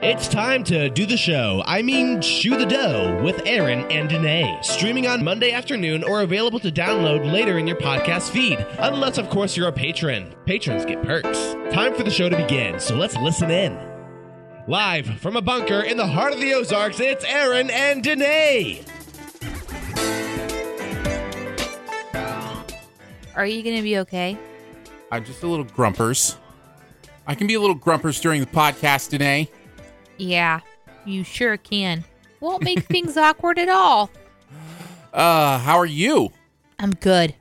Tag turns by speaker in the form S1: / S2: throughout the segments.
S1: It's time to do the show. I mean, shoe the dough with Aaron and Danae. Streaming on Monday afternoon or available to download later in your podcast feed. Unless, of course, you're a patron. Patrons get perks. Time for the show to begin, so let's listen in. Live from a bunker in the heart of the Ozarks, it's Aaron and Danae.
S2: Are you going to be okay?
S3: I'm just a little grumpers. I can be a little grumpers during the podcast today.
S2: Yeah, you sure can. Won't make things awkward at all.
S3: Uh, how are you?
S2: I'm good.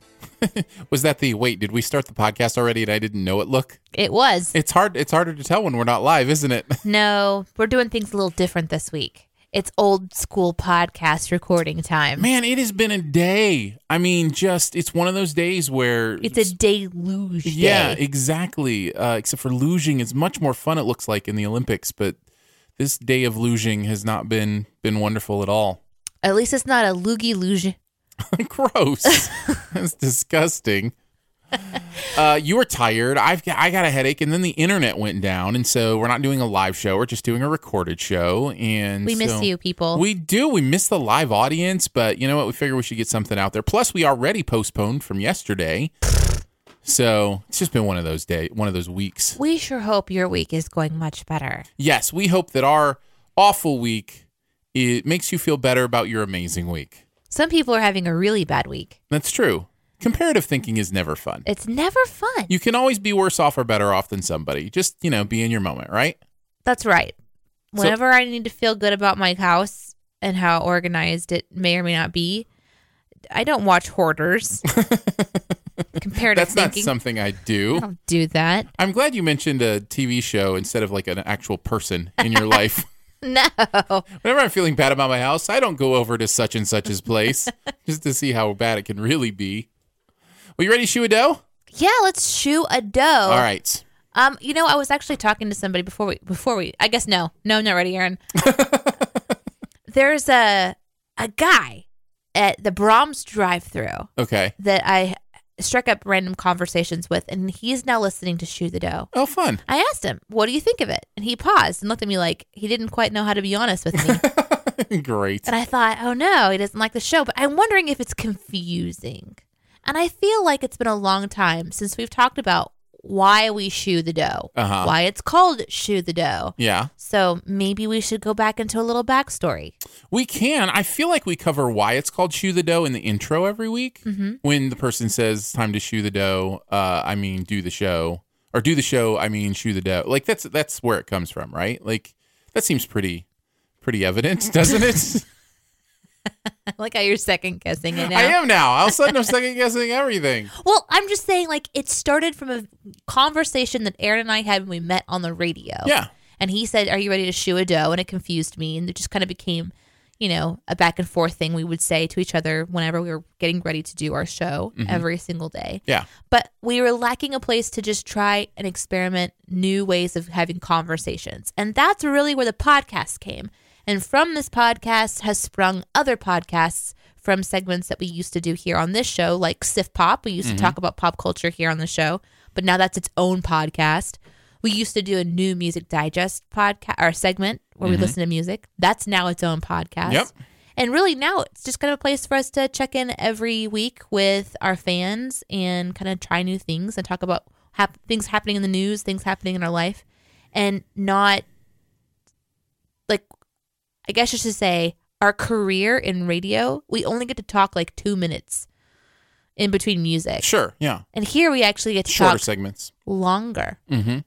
S3: Was that the wait, did we start the podcast already and I didn't know it look?
S2: It was.
S3: It's hard it's harder to tell when we're not live, isn't it?
S2: No, we're doing things a little different this week. It's old school podcast recording time.
S3: Man, it has been a day. I mean, just it's one of those days where
S2: It's a deluge.
S3: Yeah,
S2: day.
S3: exactly. Uh, except for losing is much more fun it looks like in the Olympics, but this day of losing has not been been wonderful at all.
S2: At least it's not a loogie luge.
S3: Gross. That's disgusting. Uh, you were tired. I've got, I got a headache, and then the internet went down, and so we're not doing a live show. We're just doing a recorded show, and
S2: We miss
S3: so-
S2: you, people.
S3: We do. We miss the live audience, but you know what? We figure we should get something out there. Plus, we already postponed from yesterday, so it's just been one of those day, one of those weeks.
S2: We sure hope your week is going much better.
S3: Yes, we hope that our awful week it makes you feel better about your amazing week.
S2: Some people are having a really bad week.
S3: That's true. Comparative thinking is never fun.
S2: It's never fun.
S3: You can always be worse off or better off than somebody. Just, you know, be in your moment, right?
S2: That's right.
S3: So-
S2: Whenever I need to feel good about my house and how organized it may or may not be, I don't watch hoarders. Comparative
S3: That's not
S2: thinking.
S3: something I
S2: I
S3: do.
S2: don't do that.
S3: I'm glad you mentioned a TV show instead of like an actual person in your life.
S2: No.
S3: Whenever I'm feeling bad about my house, I don't go over to such and such's place just to see how bad it can really be. Well, you ready, Shoe a Dough?
S2: Yeah, let's shoe a dough.
S3: All right.
S2: Um, you know, I was actually talking to somebody before we before we I guess no. No, I'm not ready, Aaron. There's a a guy at the Brahms drive through
S3: Okay.
S2: that I struck up random conversations with and he's now listening to Shoe the Dough.
S3: Oh, fun.
S2: I asked him, "What do you think of it?" And he paused and looked at me like he didn't quite know how to be honest with me.
S3: Great.
S2: and I thought, "Oh no, he doesn't like the show." But I'm wondering if it's confusing. And I feel like it's been a long time since we've talked about why we shoe the dough,
S3: Uh-huh.
S2: why it's called shoe the dough.
S3: Yeah.
S2: So maybe we should go back into a little backstory.
S3: We can. I feel like we cover why it's called Shoe the Dough in the intro every week. When the person says "It's time to shoe the dough, uh, I mean do the show, or do the show, I mean shoe the dough. Like that's that's where it comes from, right? Like that seems pretty pretty evident, doesn't it?
S2: I like how you're second guessing it now.
S3: I am now. All of a sudden, I'm second guessing everything.
S2: Well, I'm just saying, like it started from a conversation that Aaron and I had when we met on the radio.
S3: Yeah.
S2: And he said, Are you ready to shoe a dough? And it confused me. And it just kind of became, you know, a back and forth thing we would say to each other whenever we were getting ready to do our show every single day.
S3: Yeah.
S2: But we were lacking a place to just try and experiment new ways of having conversations. And that's really where the podcast came. And from this podcast has sprung other podcasts from segments that we used to do here on this show, like Sif Pop. We used to talk about pop culture here on the show, but now that's its own podcast. We used to do a new music digest podcast or segment where we listen to music. That's now its own podcast.
S3: Yep.
S2: And really now it's just kind of a place for us to check in every week with our fans and kind of try new things and talk about hap- things happening in the news, things happening in our life, and not like I guess I should say our career in radio. We only get to talk like two minutes in between music.
S3: Sure. Yeah.
S2: And here we actually get to
S3: Shorter
S2: talk
S3: segments.
S2: longer.
S3: Mm-hmm.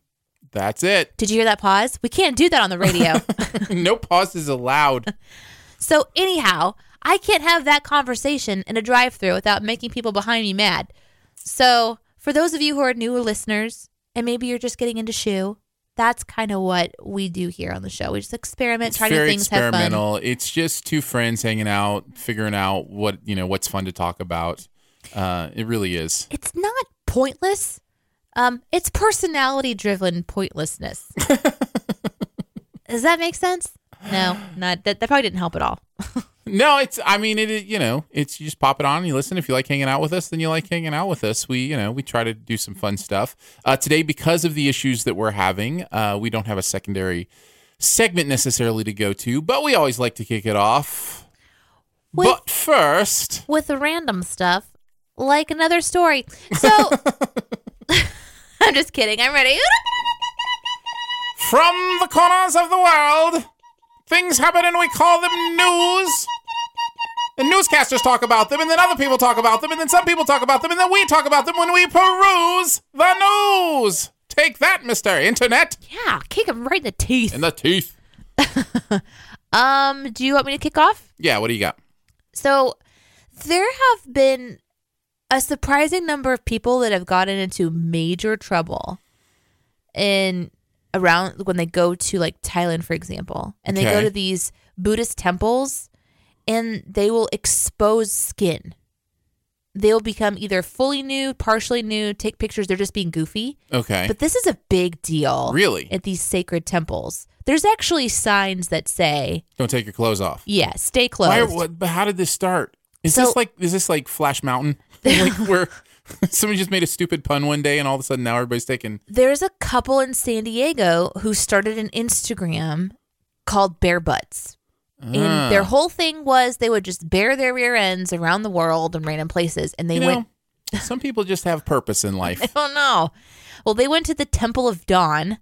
S3: That's it.
S2: Did you hear that pause? We can't do that on the radio.
S3: no pauses allowed.
S2: so, anyhow, I can't have that conversation in a drive through without making people behind me mad. So, for those of you who are newer listeners and maybe you're just getting into shoe, that's kind of what we do here on the show. We just experiment,
S3: It's
S2: try new
S3: very
S2: things, have fun.
S3: experimental. It's just two friends hanging out, figuring out what you know what's fun to talk about. Uh, it really is.
S2: it's not pointless. Um, it's personality driven pointlessness. Does that make sense? No, not that. That probably didn't help at all.
S3: No, it's. I mean, it. it- You know, it's. You just pop it on. and You listen. If you like hanging out with us, then you like hanging out with us. We, you know, we try to do some fun stuff uh, today because of the issues that we're having. Uh, we don't have a secondary segment necessarily to go to, but we always like to kick it off.
S2: With-
S3: but first,
S2: With the random stuff, like another story. So I'm just kidding. I'm ready.
S3: from the corners of the world, things happen and we call them news. And newscasters talk about them, and then other people talk about them, and then some people talk about them, and then we talk about them when we peruse the news. Take that, Mr. Internet.
S2: Yeah, kick him right in the teeth.
S3: the teeth.
S2: Um, do you want me to kick off?
S3: Yeah, what do you got?
S2: So there have been a surprising number of people that have gotten into major trouble in around when they go to like Thailand, for example, and they go
S3: Okay.
S2: to these Buddhist temples and they will expose skin. They'll become either fully nude, partially nude, take pictures. They're just being goofy.
S3: Okay.
S2: But this is a big deal.
S3: Really?
S2: At these sacred temples. There's actually signs that say,
S3: Don't take your clothes off.
S2: yeah, stay closed.
S3: Why, what, but how did this start? Is
S2: So-
S3: this like is this like Flash Mountain? like where somebody just made a stupid pun one day and all of a sudden now everybody's taking
S2: There's a couple in San Diego who started an Instagram called Bare Butts.
S3: Ah.
S2: And their whole thing was they would just bare their rear ends around the world and random places. And they
S3: you know,
S2: went,
S3: some people just have purpose in life.
S2: I don't know. Well, they went to the Temple of Dawn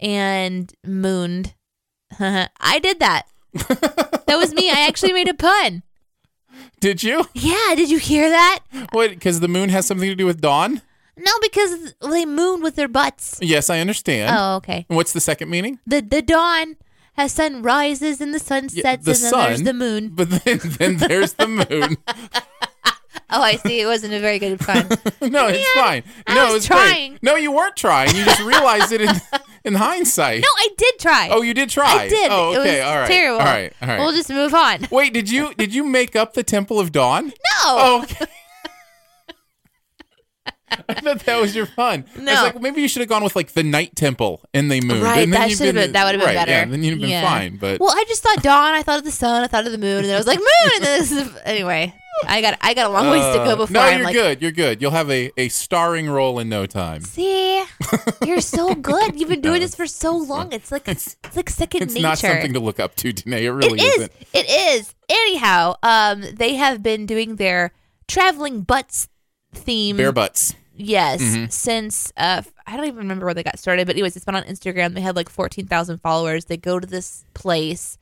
S2: and mooned. I did that. that was me. I actually made a pun.
S3: Did you?
S2: Yeah, did you hear that?
S3: What? Because the moon has something to do with dawn?
S2: No, because they mooned with their butts.
S3: Yes, I understand.
S2: Oh, okay.
S3: And what's the second meaning?
S2: The the dawn has sun rises and the sun sets
S3: Yeah,
S2: and then there's the moon.
S3: But then, then there's the moon.
S2: Oh, I see. It wasn't a very good pun.
S3: no, it's fine.
S2: I
S3: no,
S2: was
S3: it's great.
S2: trying.
S3: No, you weren't trying. You just realized it in, in hindsight.
S2: no, I did try.
S3: Oh, you did try.
S2: I did.
S3: Oh, okay.
S2: It was
S3: all right.
S2: terrible.
S3: All right. All right.
S2: We'll just move on. No.
S3: Wait, did you did you make up the Temple of Dawn? No. Oh, okay. I thought that was your fun. I was
S2: No.
S3: like, well, maybe you should have gone with like the Night Temple and they mooned.
S2: Right,
S3: and
S2: that
S3: you've
S2: should have been that would have been
S3: right,
S2: better.
S3: Yeah, then you'd have been
S2: Yeah.
S3: fine. But
S2: well, I just thought dawn. I thought of the sun. I thought of the moon, and then I was like moon. And then this is, anyway, I got I got a long ways to
S3: Uh,
S2: go before
S3: No,
S2: I'm
S3: you're
S2: like,
S3: good. You're good. You'll have a, a starring role in no time.
S2: see, you're so good. You've been doing this for so long. It's like it's, like second
S3: Uh, It's
S2: nature.
S3: not something to look up to, Danae. It
S2: It
S3: really
S2: is.
S3: isn't.
S2: It is. Anyhow, um, they have been doing their traveling butts theme
S3: Bare Mm-hmm. butts.
S2: Yes, since uh, f- I don't even remember where they got started, but anyways, it's been on Instagram. They had like fourteen thousand followers. They go to this place.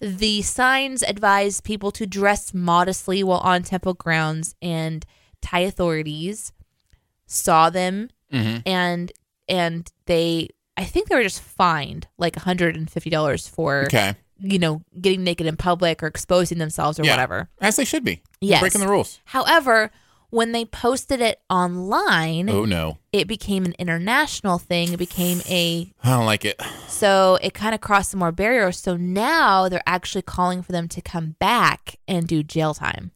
S2: The signs advise people to dress modestly while on temple grounds, and Thai authorities saw them
S3: Mhm.
S2: and and they, I think they were just fined like one hundred and fifty dollars for
S3: Okay.
S2: you know getting naked in public or exposing themselves or
S3: Yeah.
S2: whatever.
S3: As they should be. They're
S2: Yes.
S3: Breaking the rules.
S2: However, when they posted it online
S3: Oh, no.
S2: it became an international thing. It became a
S3: I don't like it.
S2: so it kind of crossed some more barriers. So now they're actually calling for them to come back and do jail time.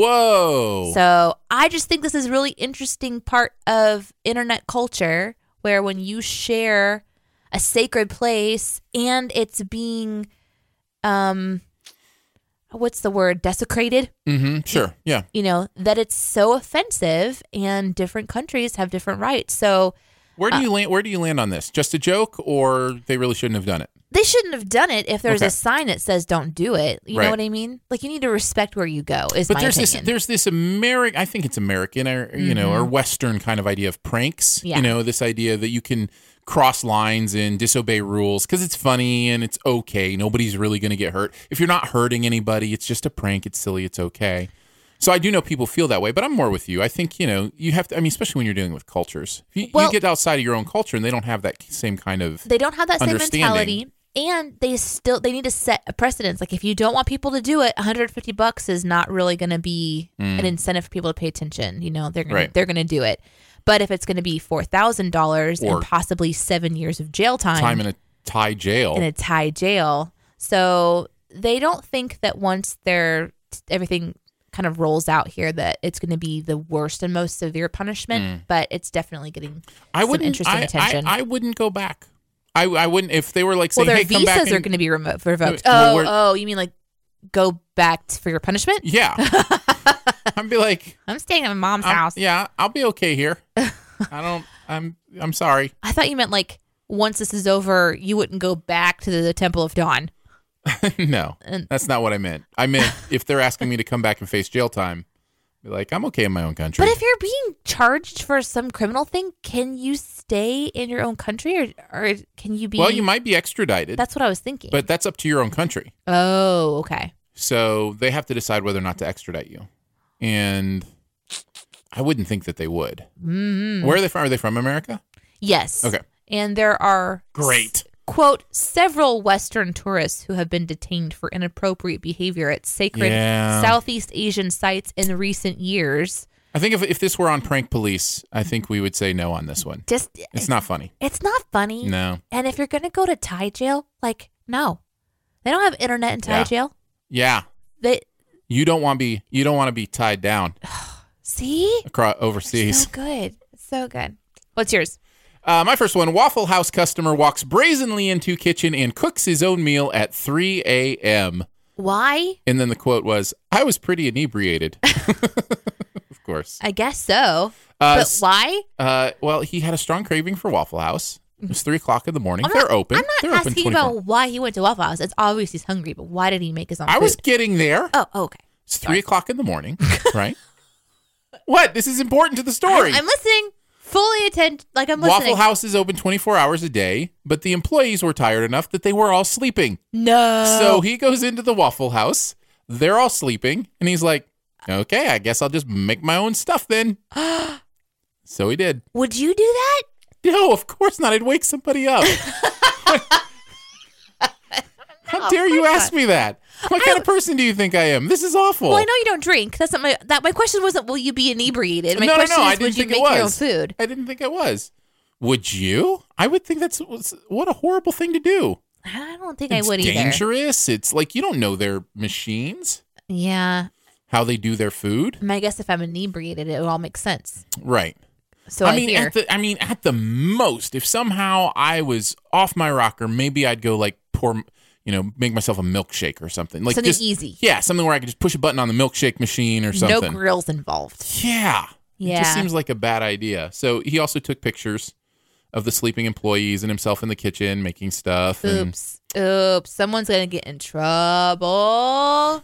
S3: Whoa.
S2: So I just think this is really interesting part of internet culture where when you share a sacred place and it's being um what's the word desecrated
S3: mm-hmm. Sure. Yeah.
S2: you know that it's so offensive and different countries have different rights so uh,
S3: Where do you land? Where do you land on this? Just a joke, or they really shouldn't have done it?
S2: They shouldn't have done it if there's
S3: Okay.
S2: a sign that says don't do it. You
S3: Right.
S2: know what I mean? Like you need to respect where you go. Is
S3: But
S2: my
S3: there's
S2: opinion. Mm-hmm.
S3: this there's this American I think it's American or you know or Western kind of idea of pranks.
S2: Yeah.
S3: You know this idea that you can cross lines and disobey rules because it's funny and it's okay. Nobody's really going to get hurt if you're not hurting anybody. It's just a prank. It's silly. It's okay. So I do know people feel that way, but I'm more with you. I think you know you have to. I mean, especially when you're dealing with cultures, If you,
S2: Well-
S3: you get outside of your own culture and they don't have that same kind of
S2: they don't have that same
S3: Understanding.
S2: mentality and they still they need to set a precedence like if you don't want people to do it 150 bucks is not really going to be an incentive for people to pay attention you know they're gonna,
S3: Mm. Right.
S2: they're going to do it but if it's going to be $4000
S3: Or-
S2: and possibly 7 years of jail time,
S3: time in a Thai jail.
S2: in a Thai jail so they don't think that once they're everything kind of rolls out here that it's going to be the worst and most severe punishment
S3: Mm.
S2: but it's definitely getting
S3: I
S2: some
S3: wouldn't.
S2: interesting
S3: I,
S2: attention
S3: I, I wouldn't go back. I, I wouldn't if they were like
S2: Well,
S3: saying,
S2: their
S3: "Hey, come back."
S2: visas are
S3: and-
S2: going to be remo- revoked.
S3: Well,
S2: oh,
S3: we're-
S2: oh, you mean like go back t- for your punishment?
S3: Yeah, I'd be like,
S2: I'm staying at my mom's
S3: I'm-
S2: house.
S3: yeah, I'll be okay here. I don't. I'm. I'm sorry.
S2: I thought you meant like once this is over, you wouldn't go back to the, Temple of Dawn.
S3: no,
S2: And-
S3: that's not what I meant. I meant if they're asking me to come back and face jail time, be like, I'm okay in my own country.
S2: But if you're being charged for some criminal thing, can you stay in your own country or, or can you be?
S3: well, you might be extradited,
S2: That's what I was thinking.
S3: but that's up to your own country.
S2: oh, okay.
S3: So they have to decide whether or not to extradite you, and I wouldn't think that they would.
S2: mm
S3: Where are they from? Are they from America?
S2: Yes.
S3: Okay.
S2: And there are
S3: Great.
S2: quote several Western tourists who have been detained for inappropriate behavior at sacred
S3: Yeah.
S2: Southeast Asian sites in recent years.
S3: I think if, if this were on Prank Police, I think we would say no on this one.
S2: Just
S3: It's not funny.
S2: it's not funny.
S3: No.
S2: And if you're gonna go to Thai jail, like no, they don't have internet in Thai
S3: Yeah.
S2: jail.
S3: Yeah.
S2: They
S3: You don't want to be you don't want to be tied down
S2: see
S3: across
S2: They're
S3: overseas.
S2: so good, so good. What's yours?
S3: Uh, my first one: Waffle House customer walks brazenly into kitchen and cooks his own meal at 3 a.m.
S2: Why?
S3: And then the quote was, "I was pretty inebriated." of course.
S2: I guess so.
S3: Uh,
S2: but why?
S3: Uh, well, he had a strong craving for Waffle House. It was three o'clock in the morning. They're
S2: not,
S3: open.
S2: I'm not
S3: They're open
S2: asking
S3: 24.
S2: about why he went to Waffle House. It's obvious he's hungry, but why did he make his own?
S3: I was
S2: food?
S3: getting there.
S2: Oh, oh, okay.
S3: It's three o'clock in the morning, right? what? This is important to the story.
S2: I'm listening. Fully attend. Like I'm listening.
S3: Waffle House is open 24 hours a day, but the employees were tired enough that they were all sleeping.
S2: No.
S3: So he goes into the Waffle House. They're all sleeping, and he's like, "Okay, I guess I'll just make my own stuff then." so he did.
S2: would you do that?
S3: No, of course not. I'd wake somebody up.
S2: Oh,
S3: How dare you ask me that? What kind of person do you think I am? This is awful.
S2: Well, I know you don't drink. That's not my. That my question wasn't. Will you be inebriated? My
S3: no, no,
S2: question is,
S3: no. I didn't
S2: would you
S3: think
S2: make
S3: it was.
S2: your own food?
S3: I didn't think it was. Would you? I would think that's what a horrible thing to do.
S2: I don't think
S3: it's
S2: I would either.
S3: dangerous. It's like you don't know their machines,
S2: Yeah.
S3: how they do their food.
S2: I guess if I'm inebriated, it would all make sense.
S3: Right.
S2: So I,
S3: I mean,
S2: hear.
S3: at the I mean, at the most, if somehow I was off my rocker, maybe I'd go like pour, you know, make myself a milkshake or something. Like
S2: Something
S3: just,
S2: easy.
S3: Yeah, something where I could just push a button on the milkshake machine or
S2: no
S3: something.
S2: grills involved.
S3: Yeah. It
S2: Yeah.
S3: just seems like a bad idea. So he also took pictures of the sleeping employees and himself in the kitchen making stuff. And,
S2: Oops. Oops. Someone's gonna get in trouble.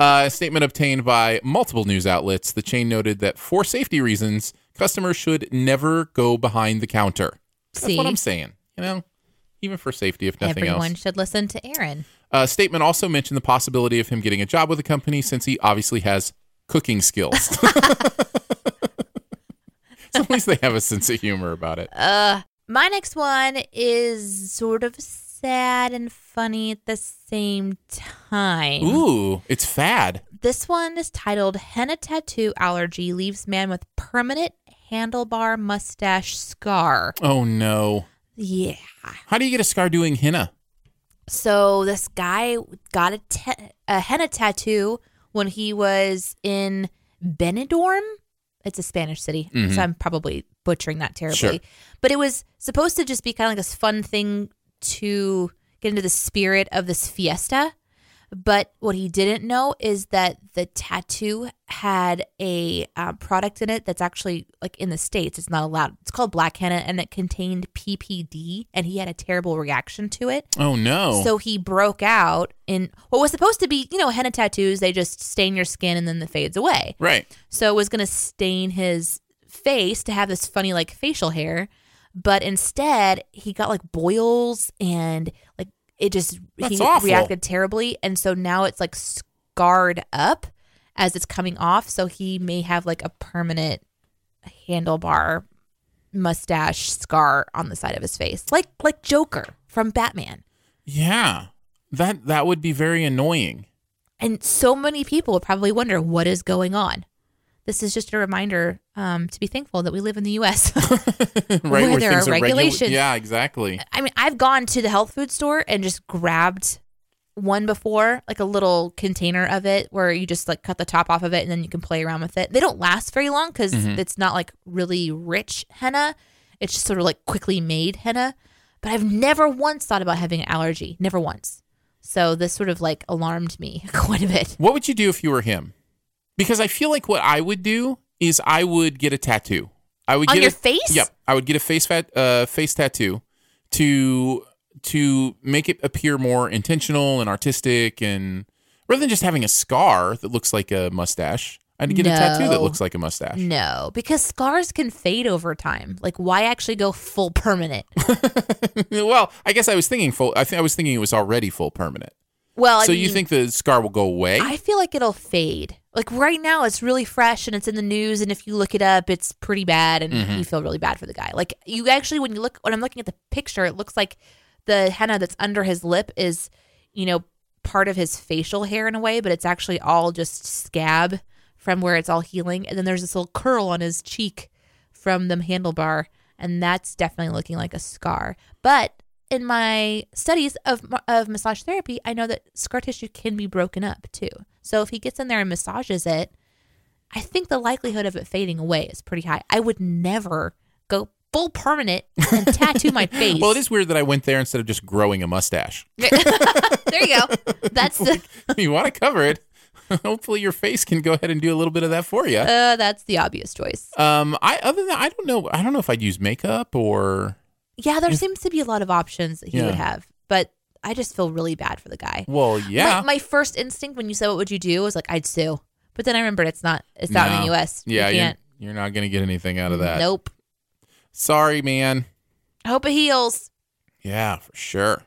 S3: uh, a statement obtained by multiple news outlets, the chain noted that for safety reasons, customers should never go behind the counter. That's
S2: See?
S3: what I'm saying. You know, even for safety, if nothing
S2: Everyone
S3: else.
S2: should listen to Aaron.
S3: Uh, statement also mentioned the possibility of him getting a job with the company since he obviously has cooking skills. so at least they have a sense of humor about it.
S2: Uh, my next one is sort of sad and funny at the same time.
S3: Ooh, it's fad.
S2: This one is titled Henna Tattoo Allergy Leaves Man with Permanent Handlebar Mustache Scar.
S3: Oh no.
S2: Yeah.
S3: How do you get a scar doing henna?
S2: So this guy got a, ta- a henna tattoo when he was in Benidorm. It's a Spanish city, so I'm probably butchering that terribly.
S3: Sure.
S2: But it was supposed to just be kind of like this fun thing to get into the spirit of this fiesta. But what he didn't know is that the tattoo had a uh, product in it that's actually like in the states. It's not allowed. It's called black henna, and it contained PPD, and he had a terrible reaction to it.
S3: Oh no.
S2: So he broke out in what was supposed to be, you know, henna tattoos. They just stain your skin and then the fades away.
S3: right.
S2: So it was going to stain his face to have this funny like facial hair, but instead he got like boils and like it just
S3: That's
S2: he
S3: awful.
S2: reacted terribly and so now it's like scarred up as it's coming off so he may have like a permanent handlebar mustache scar on the side of his face like like Joker from Batman.
S3: Yeah. That that would be very annoying.
S2: And so many people would probably wonder what is going on. This is just a reminder um, to be thankful that we live in the U.S.
S3: right.
S2: Where there are
S3: regula-
S2: regulations.
S3: yeah, exactly.
S2: I mean, I've gone to the health food store and just grabbed one before, like a little container of it where you just like cut the top off of it and then you can play around with it. They don't last very long because it's not like really rich henna. It's just sort of like quickly made henna. But I've never once thought about having an allergy. Never once. So this sort of like alarmed me quite a bit.
S3: What would you do if you were him? Because I feel like what I would do is I would get a tattoo. I would
S2: On
S3: get
S2: your
S3: a,
S2: face?
S3: Yep, I would get a face fat, uh, face tattoo to to make it appear more intentional and artistic, and rather than just having a scar that looks like a mustache, I'd get a tattoo that
S2: No.
S3: looks like a mustache.
S2: No, because scars can fade over time. Like, why actually go full permanent?
S3: well, I guess I was thinking full. I think I was thinking it was already full permanent.
S2: Well, I
S3: so you
S2: mean-
S3: think the scar will go away?
S2: I feel like it'll fade. Like right now, it's really fresh and it's in the news. And if you look it up, it's pretty bad, and
S3: Mm-hmm.
S2: you feel really bad for the guy. Like you actually, when you look, when I'm looking at the picture, it looks like the henna that's under his lip is, you know, part of his facial hair in a way, but it's actually all just scab from where it's all healing. And then there's this little curl on his cheek from the handlebar, and that's definitely looking like a scar. But in my studies of of massage therapy, I know that scar tissue can be broken up too. So if he gets in there and massages it, I think the likelihood of it fading away is pretty high. I would never go full permanent and tattoo my face.
S3: well, it is weird that I went there instead of just growing a mustache.
S2: There you go. That's the
S3: you want to cover it. Hopefully, your face can go ahead and do a little bit of that for you.
S2: uh, that's the obvious choice.
S3: Um, I other than that, I don't know. I don't know if I'd use makeup or
S2: Yeah, there seems to be a lot of options that he
S3: Yeah.
S2: would have, but I just feel really bad for the guy.
S3: well, yeah,
S2: My, my first instinct when you said what would you do was like I'd sue, but then I remembered it's not it's not in the
S3: No.
S2: U.S.
S3: Yeah,
S2: you
S3: are
S2: can't.
S3: you're not gonna get anything out of that.
S2: Nope.
S3: Sorry, man.
S2: I hope it heals.
S3: Yeah, for sure.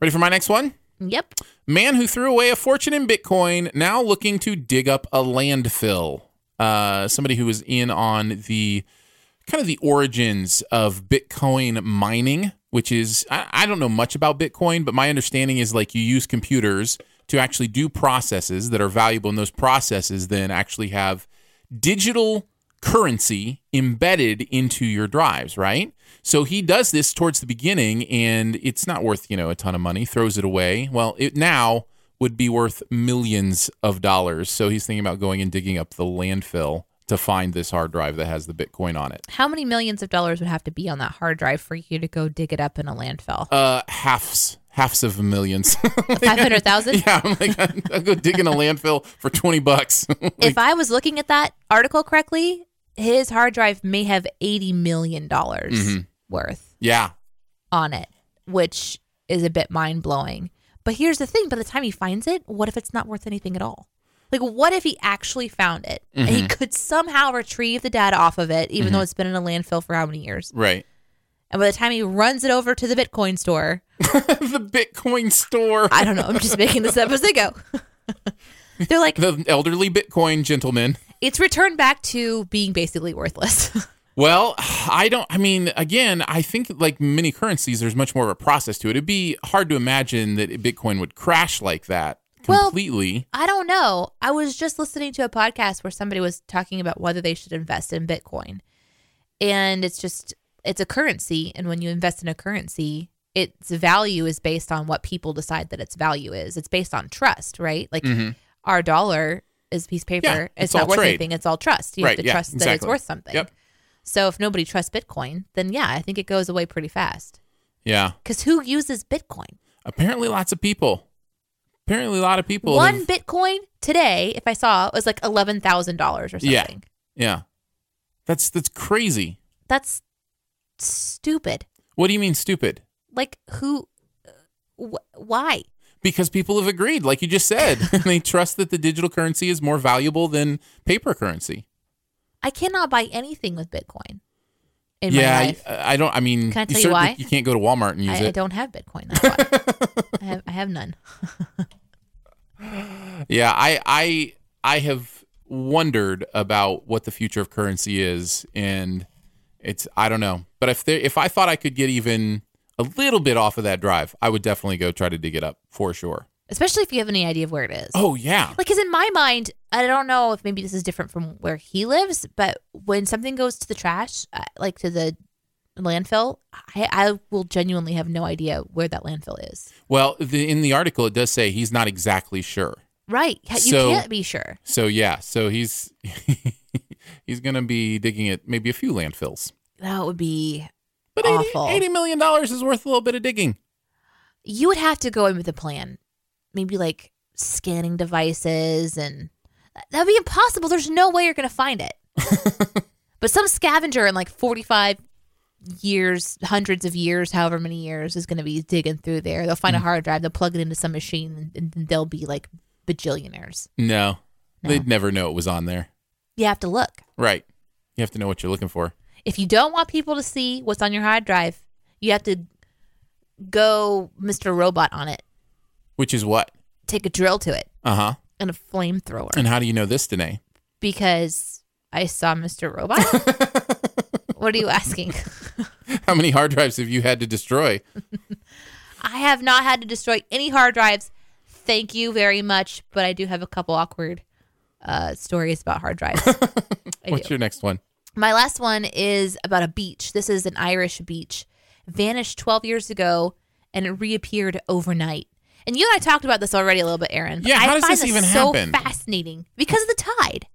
S3: Ready for my next one?
S2: Yep.
S3: Man who threw away a fortune in Bitcoin now looking to dig up a landfill. Uh, somebody who was in on the kind of the origins of Bitcoin mining, which is, I, I don't know much about Bitcoin, but my understanding is like you use computers to actually do processes that are valuable, and those processes then actually have digital currency embedded into your drives, right? So he does this towards the beginning and it's not worth, you know, a ton of money, throws it away. Well, it now would be worth millions of dollars. So he's thinking about going and digging up the landfill to find this hard drive that has the Bitcoin on it.
S2: How many millions of dollars would have to be on that hard drive for you to go dig it up in a landfill?
S3: Uh halves halves of millions.
S2: Five hundred thousand.
S3: yeah, I'm like I'll go dig in a landfill for 20 bucks.
S2: If I was looking at that article correctly, his hard drive may have eighty million dollars
S3: Mm-hmm.
S2: worth
S3: yeah.
S2: on it, which is a bit mind blowing. But here's the thing: by the time he finds it, what if it's not worth anything at all? Like, what if he actually found it and he could somehow retrieve the data off of it, even though it's been in a landfill for how many years?
S3: Right.
S2: And by the time he runs it over to the Bitcoin store,
S3: the Bitcoin store.
S2: I don't know. I'm just making this up as I go. They're like,
S3: the elderly Bitcoin gentleman.
S2: it's returned back to being basically worthless.
S3: Well, I don't. I mean, again, I think like many currencies, there's much more of a process to it. It'd be hard to imagine that Bitcoin would crash like that
S2: Well-
S3: completely.
S2: I don't know. I was just listening to a podcast where somebody was talking about whether they should invest in Bitcoin. And it's just, it's a currency. And when you invest in a currency, its value is based on what people decide that its value is. It's based on trust, right? Like our dollar is a piece of paper.
S3: Mm-hmm. Yeah,
S2: it's,
S3: it's all
S2: not worth
S3: trade.
S2: anything. It's all trust. You
S3: Right,
S2: have to
S3: yeah,
S2: trust that it's
S3: exactly.
S2: worth something.
S3: Yep.
S2: So if nobody trusts Bitcoin, then yeah, I think it goes away pretty fast.
S3: yeah.
S2: Because who uses Bitcoin?
S3: Apparently, lots of people. Apparently, a lot of people.
S2: One
S3: have-
S2: Bitcoin today, if I saw, was like eleven thousand dollars or something.
S3: Yeah. yeah. That's that's crazy.
S2: That's stupid.
S3: What do you mean stupid?
S2: Like who? Wh- why?
S3: Because people have agreed, like you just said, they trust that the digital currency is more valuable than paper currency.
S2: I cannot buy anything with Bitcoin in
S3: yeah,
S2: my
S3: I-
S2: life.
S3: I, don't. I mean,
S2: Can I tell you
S3: certainly
S2: why?
S3: you can't go to Walmart and use
S2: I, I
S3: it.
S2: don't have Bitcoin. That's why. I have I have none.
S3: Yeah, I, I, I have wondered about what the future of currency is, and it's I don't know. But if there, if I thought I could get even a little bit off of that drive, I would definitely go try to dig it up for sure.
S2: Especially if you have any idea of where it is.
S3: Oh yeah,
S2: Like, cause in my mind, I don't know if maybe this is different from where he lives, but when something goes to the trash, uh, like to the landfill, I, I will genuinely have no idea where that landfill is.
S3: Well, the, in the article, it does say he's not exactly sure.
S2: Right. You
S3: So-
S2: can't be sure.
S3: So yeah, so he's he's gonna be digging at maybe a few landfills.
S2: That would be
S3: But
S2: Awful.
S3: 80, eighty million dollars is worth a little bit of digging.
S2: you would have to go in with a plan. Maybe like scanning devices and that'd be impossible. There's no way you're gonna find it. but some scavenger in like forty five years, hundreds of years, however many years, is gonna be digging through there. They'll find a hard drive, they'll plug it into some machine and and they'll be like bajillionaires.
S3: No, they'd never know it was on there.
S2: You have to look.
S3: Right. You have to know what you're looking for.
S2: If you don't want people to see what's on your hard drive, you have to go Mr. Robot on it.
S3: Which is what?
S2: Take a drill to it
S3: Uh huh.
S2: and a flamethrower.
S3: And how do you know this, Danae?
S2: because I saw Mr. Robot. what are you asking?
S3: How many hard drives have you had to destroy?
S2: I have not had to destroy any hard drives. Thank you very much, but I do have a couple awkward uh, stories about hard drives. I
S3: What's
S2: do.
S3: your next one?
S2: My last one is about a beach. This is an Irish beach. Vanished 12 years ago and it reappeared overnight. And you and I talked about this already a little bit, Aaron. but
S3: Yeah, how
S2: I
S3: does
S2: find
S3: this even
S2: so
S3: happen?
S2: fascinating because of the tide.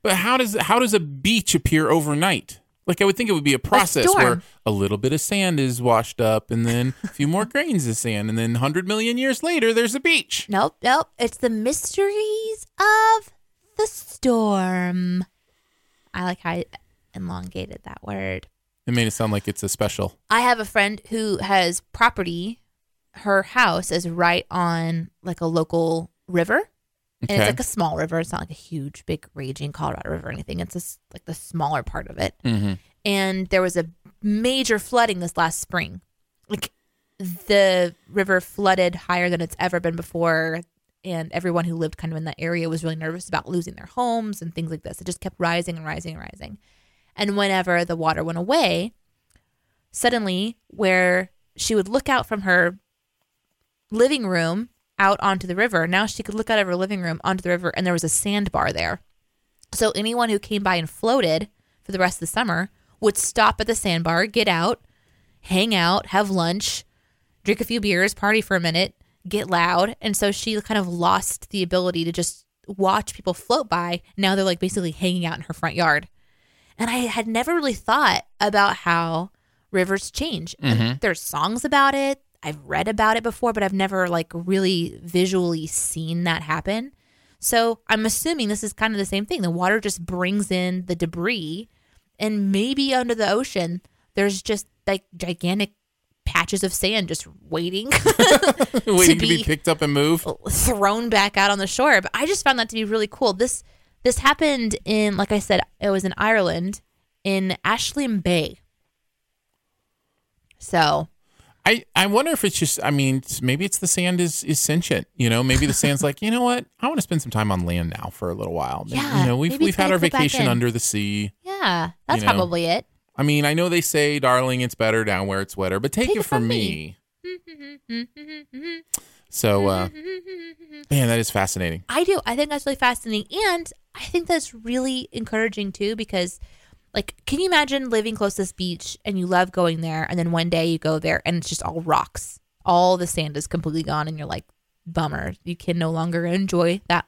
S3: But how does how does a beach appear overnight? Like I would think it would be a process
S2: storm.
S3: where a little bit of sand is washed up, and then a few more grains of sand, and then hundred million years later, there's a beach.
S2: Nope, nope. It's the mysteries of the storm. I like how I elongated that word.
S3: It made it sound like it's a special.
S2: I have a friend who has property. Her house is right on like a local river. And
S3: Okay.
S2: it's like a small river. It's not like a huge, big, raging Colorado River or anything. It's just like the smaller part of it.
S3: Mm-hmm.
S2: And there was a major flooding this last spring. Like the river flooded higher than it's ever been before. And everyone who lived kind of in that area was really nervous about losing their homes and things like this. It just kept rising and rising and rising. And whenever the water went away, suddenly where she would look out from her living room out onto the river. Now she could look out of her living room onto the river, and there was a sandbar there. So anyone who came by and floated for the rest of the summer would stop at the sandbar, get out, hang out, have lunch, drink a few beers, party for a minute, get loud. And so she kind of lost the ability to just watch people float by. Now they're like basically hanging out in her front yard. And I had never really thought about how rivers change. And There's songs about it. I've read about it before, but I've never like really visually seen that happen. So I'm assuming this is kind of the same thing. The water just brings in the debris, and maybe under the ocean, there's just like gigantic patches of sand just waiting
S3: Waiting to be,
S2: be- Oh.
S3: picked up and moved.
S2: thrown back out on the shore. But I just found that to be really cool. This this happened in, like I said, it was in Ireland, in Ashland Bay. So
S3: I, I wonder if it's just I mean it's- maybe it's the sand is is sentient you know maybe the sand's like you know what I want to spend some time on land now for a little while Maybe-
S2: Yeah,
S3: you know we've
S2: maybe
S3: we've
S2: it's gotta
S3: had our
S2: go back
S3: vacation
S2: in.
S3: under the sea
S2: yeah, that's
S3: You know,
S2: probably it.
S3: I mean I know they say darling it's better down where it's wetter but take, it, from me, so uh, man that is fascinating
S2: I do. I think that's really fascinating. And I think that's really encouraging too, because like, can you imagine living close to this beach and you love going there and then one day you go there and it's just all rocks. All the sand is completely gone and you're like, bummer. You can no longer enjoy that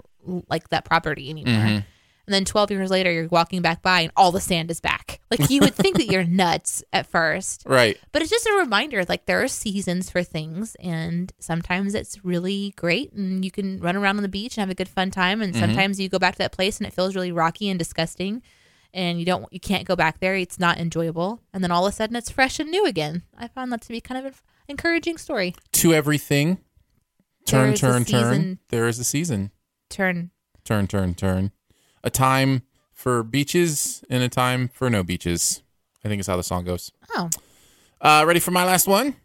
S2: like that property anymore. And then twelve years later you're walking back by and all the sand is back. Like you would think that you're nuts at first,
S3: Right.
S2: but it's just a reminder like there are seasons for things and sometimes it's really great and you can run around on the beach and have a good fun time
S3: Mm-hmm.
S2: and sometimes you go back to that place and it feels really rocky and disgusting and you don't you can't go back there it's not enjoyable and then all of a sudden it's fresh and new again i found that to be kind of an encouraging story
S3: To everything. Turn,
S2: There is a
S3: turn, turn.
S2: season.
S3: There is a season.
S2: turn
S3: Turn, turn, turn. A time for beaches and a time for no beaches. I think is how the song goes.
S2: oh
S3: Uh, ready for my last one?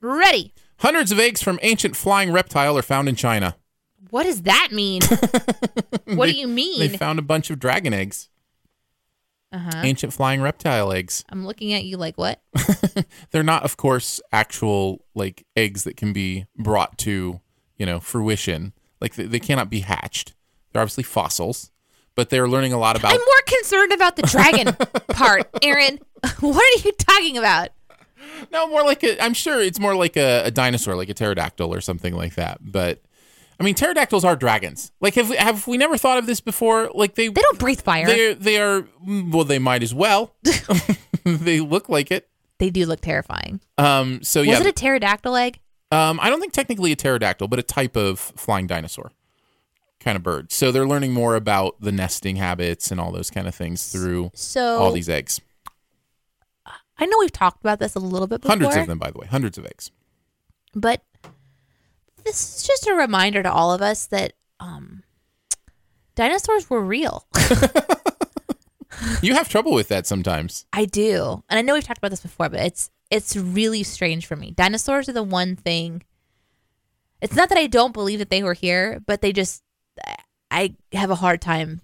S2: ready
S3: Hundreds of eggs from ancient flying reptile are found in China.
S2: what does that mean what do you
S3: They
S2: mean
S3: found a bunch of dragon eggs,
S2: uh-huh.
S3: ancient flying reptile eggs.
S2: i'm looking at you like what
S3: Oh. They're not, of course, actual like eggs that can be brought to you know fruition. Like they, they cannot be hatched. They're obviously fossils, but they're learning a lot about.
S2: i'm more concerned about the dragon part aaron what are you talking about
S3: No, more like a. I'm sure it's more like a, a dinosaur, like a pterodactyl or something like that. But I mean, pterodactyls are dragons. Like, have we, have we never thought of this before? Like they
S2: they don't breathe fire
S3: they they are mm, well, they might as well. they look like it.
S2: they do look terrifying.
S3: Um. So yeah.
S2: Was it a pterodactyl egg?
S3: Um, I don't think technically a pterodactyl, but a type of flying dinosaur kind of bird. So they're learning more about the nesting habits and all those kind of things through
S2: So
S3: all these eggs.
S2: I know we've talked about this a little bit before,
S3: Hundreds of them, by the way. Hundreds of eggs.
S2: but this is just a reminder to all of us that um, dinosaurs were real.
S3: You have trouble with that sometimes.
S2: I do, and I know we've talked about this before, but it's it's really strange for me. Dinosaurs are the one thing. It's not that I don't believe that they were here, but they just I have a hard time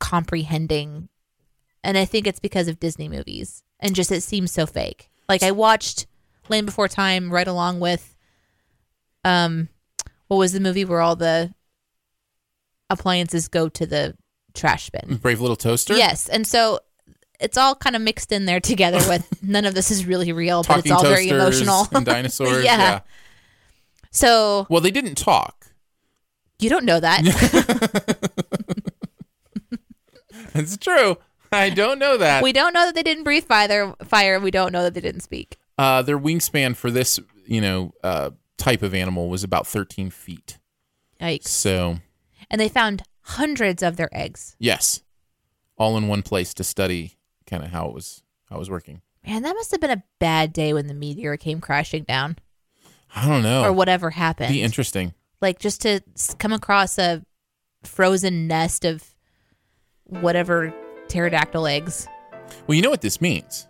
S2: comprehending, and I think it's because of Disney movies and just it seems so fake. Like I watched Land Before Time right along with, um, what was the movie where all the appliances go to the trash bin?
S3: Brave little toaster.
S2: Yes, and so it's all kind of mixed in there together with none of this is really real, but it's
S3: Talking
S2: all
S3: toasters
S2: very emotional.
S3: and dinosaurs.
S2: Yeah.
S3: yeah.
S2: so
S3: Well, they didn't talk.
S2: you don't know that.
S3: It's true. I don't know that.
S2: we don't know that they didn't breathe fire. Fire. We don't know that they didn't speak.
S3: Uh, their wingspan for this, you know, uh, type of animal was about 13 feet.
S2: Yikes!
S3: So
S2: And they found hundreds of their eggs.
S3: Yes. All in one place to study kind of how it was how it was working.
S2: Man, that must have been a bad day when the meteor came crashing down,
S3: I don't know.
S2: or whatever happened.
S3: Be interesting.
S2: like just to s- come across a frozen nest of whatever pterodactyl eggs.
S3: Well, you know what this means.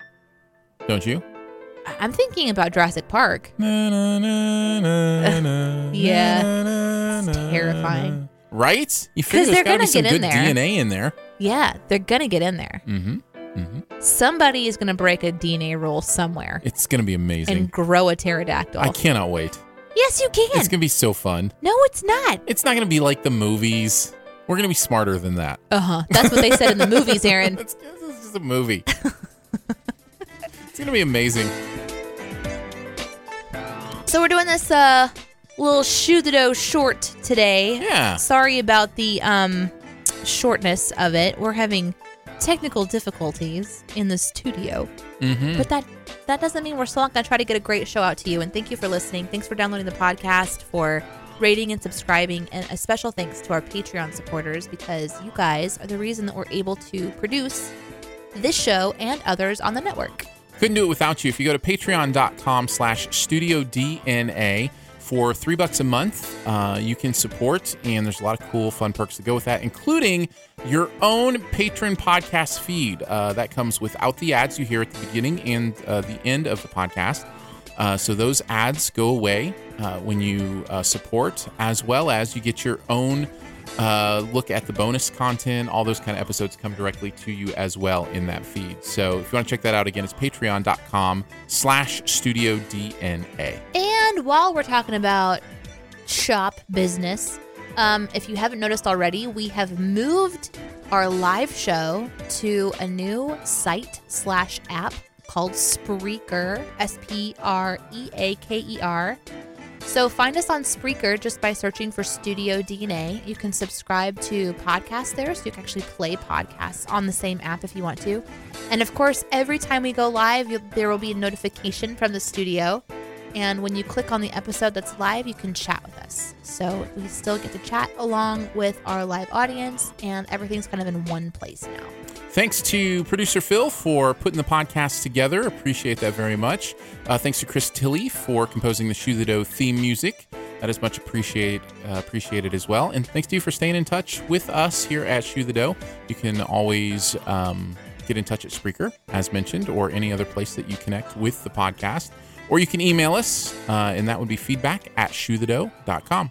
S3: Don't you?
S2: I- I'm thinking about Jurassic Park.
S3: Na, na, na, na, na,
S2: Yeah.
S3: na,
S2: It's
S3: na,
S2: terrifying.
S3: na. Right? You figure
S2: 'Cause
S3: there's
S2: they're
S3: gotta be
S2: gonna
S3: some
S2: get in
S3: good
S2: there.
S3: DNA in there.
S2: Yeah, they're gonna get in there.
S3: Mm-hmm. Mm-hmm.
S2: Somebody is gonna break a DNA rule somewhere
S3: It's gonna be
S2: and
S3: amazing.
S2: grow a pterodactyl.
S3: I cannot wait.
S2: Yes, you can.
S3: It's gonna be so fun.
S2: no, it's not.
S3: It's not gonna be like the movies. We're gonna be smarter than that.
S2: Uh huh. That's what they said in the movies, Aaron.
S3: It's, it's just a movie. it's gonna be amazing.
S2: So we're doing this uh little shoe the dough short today.
S3: Yeah.
S2: Sorry about the um shortness of it. We're having technical difficulties in the studio,
S3: Mm-hmm.
S2: but that that doesn't mean we're still not gonna try to get a great show out to you. And thank you for listening. Thanks for downloading the podcast for rating and subscribing and a special thanks to our patreon supporters because you guys are the reason that we're able to produce this show and others on the network
S3: Couldn't do it without you. If you go to patreon.com slash studio DNA for three bucks a month, uh, you can support, and there's a lot of cool, fun perks that go with that, including your own patron podcast feed. Uh, that comes without the ads you hear at the beginning and uh, the end of the podcast. Uh, so those ads go away uh, when you uh, support, as well as you get your own uh, look at the bonus content. All those kind of episodes come directly to you as well in that feed. So if you want to check that out again, it's patreon.com slash studio DNA.
S2: And while we're talking about shop business, um, if you haven't noticed already, we have moved our live show to a new site slash app called Spreaker, S P R E A K E R. So find us on Spreaker just by searching for Studio DNA. You can subscribe to podcasts there so you can actually play podcasts on the same app if you want to. And of course, every time we go live, you'll, there will be a notification from the studio. And when you click on the episode that's live, you can chat with us. So we still get to chat along with our live audience, and everything's kind of in one place now.
S3: Thanks to producer Phil for putting the podcast together. Appreciate that very much. Uh, thanks to Chris Tilley for composing the Shoe the Dough theme music. That is much appreciated, uh, appreciated as well. And thanks to you for staying in touch with us here at Shoe the Dough. You can always um, get in touch at Spreaker, as mentioned, or any other place that you connect with the podcast. Or you can email us, uh, and that would be feedback at shoethedough.com.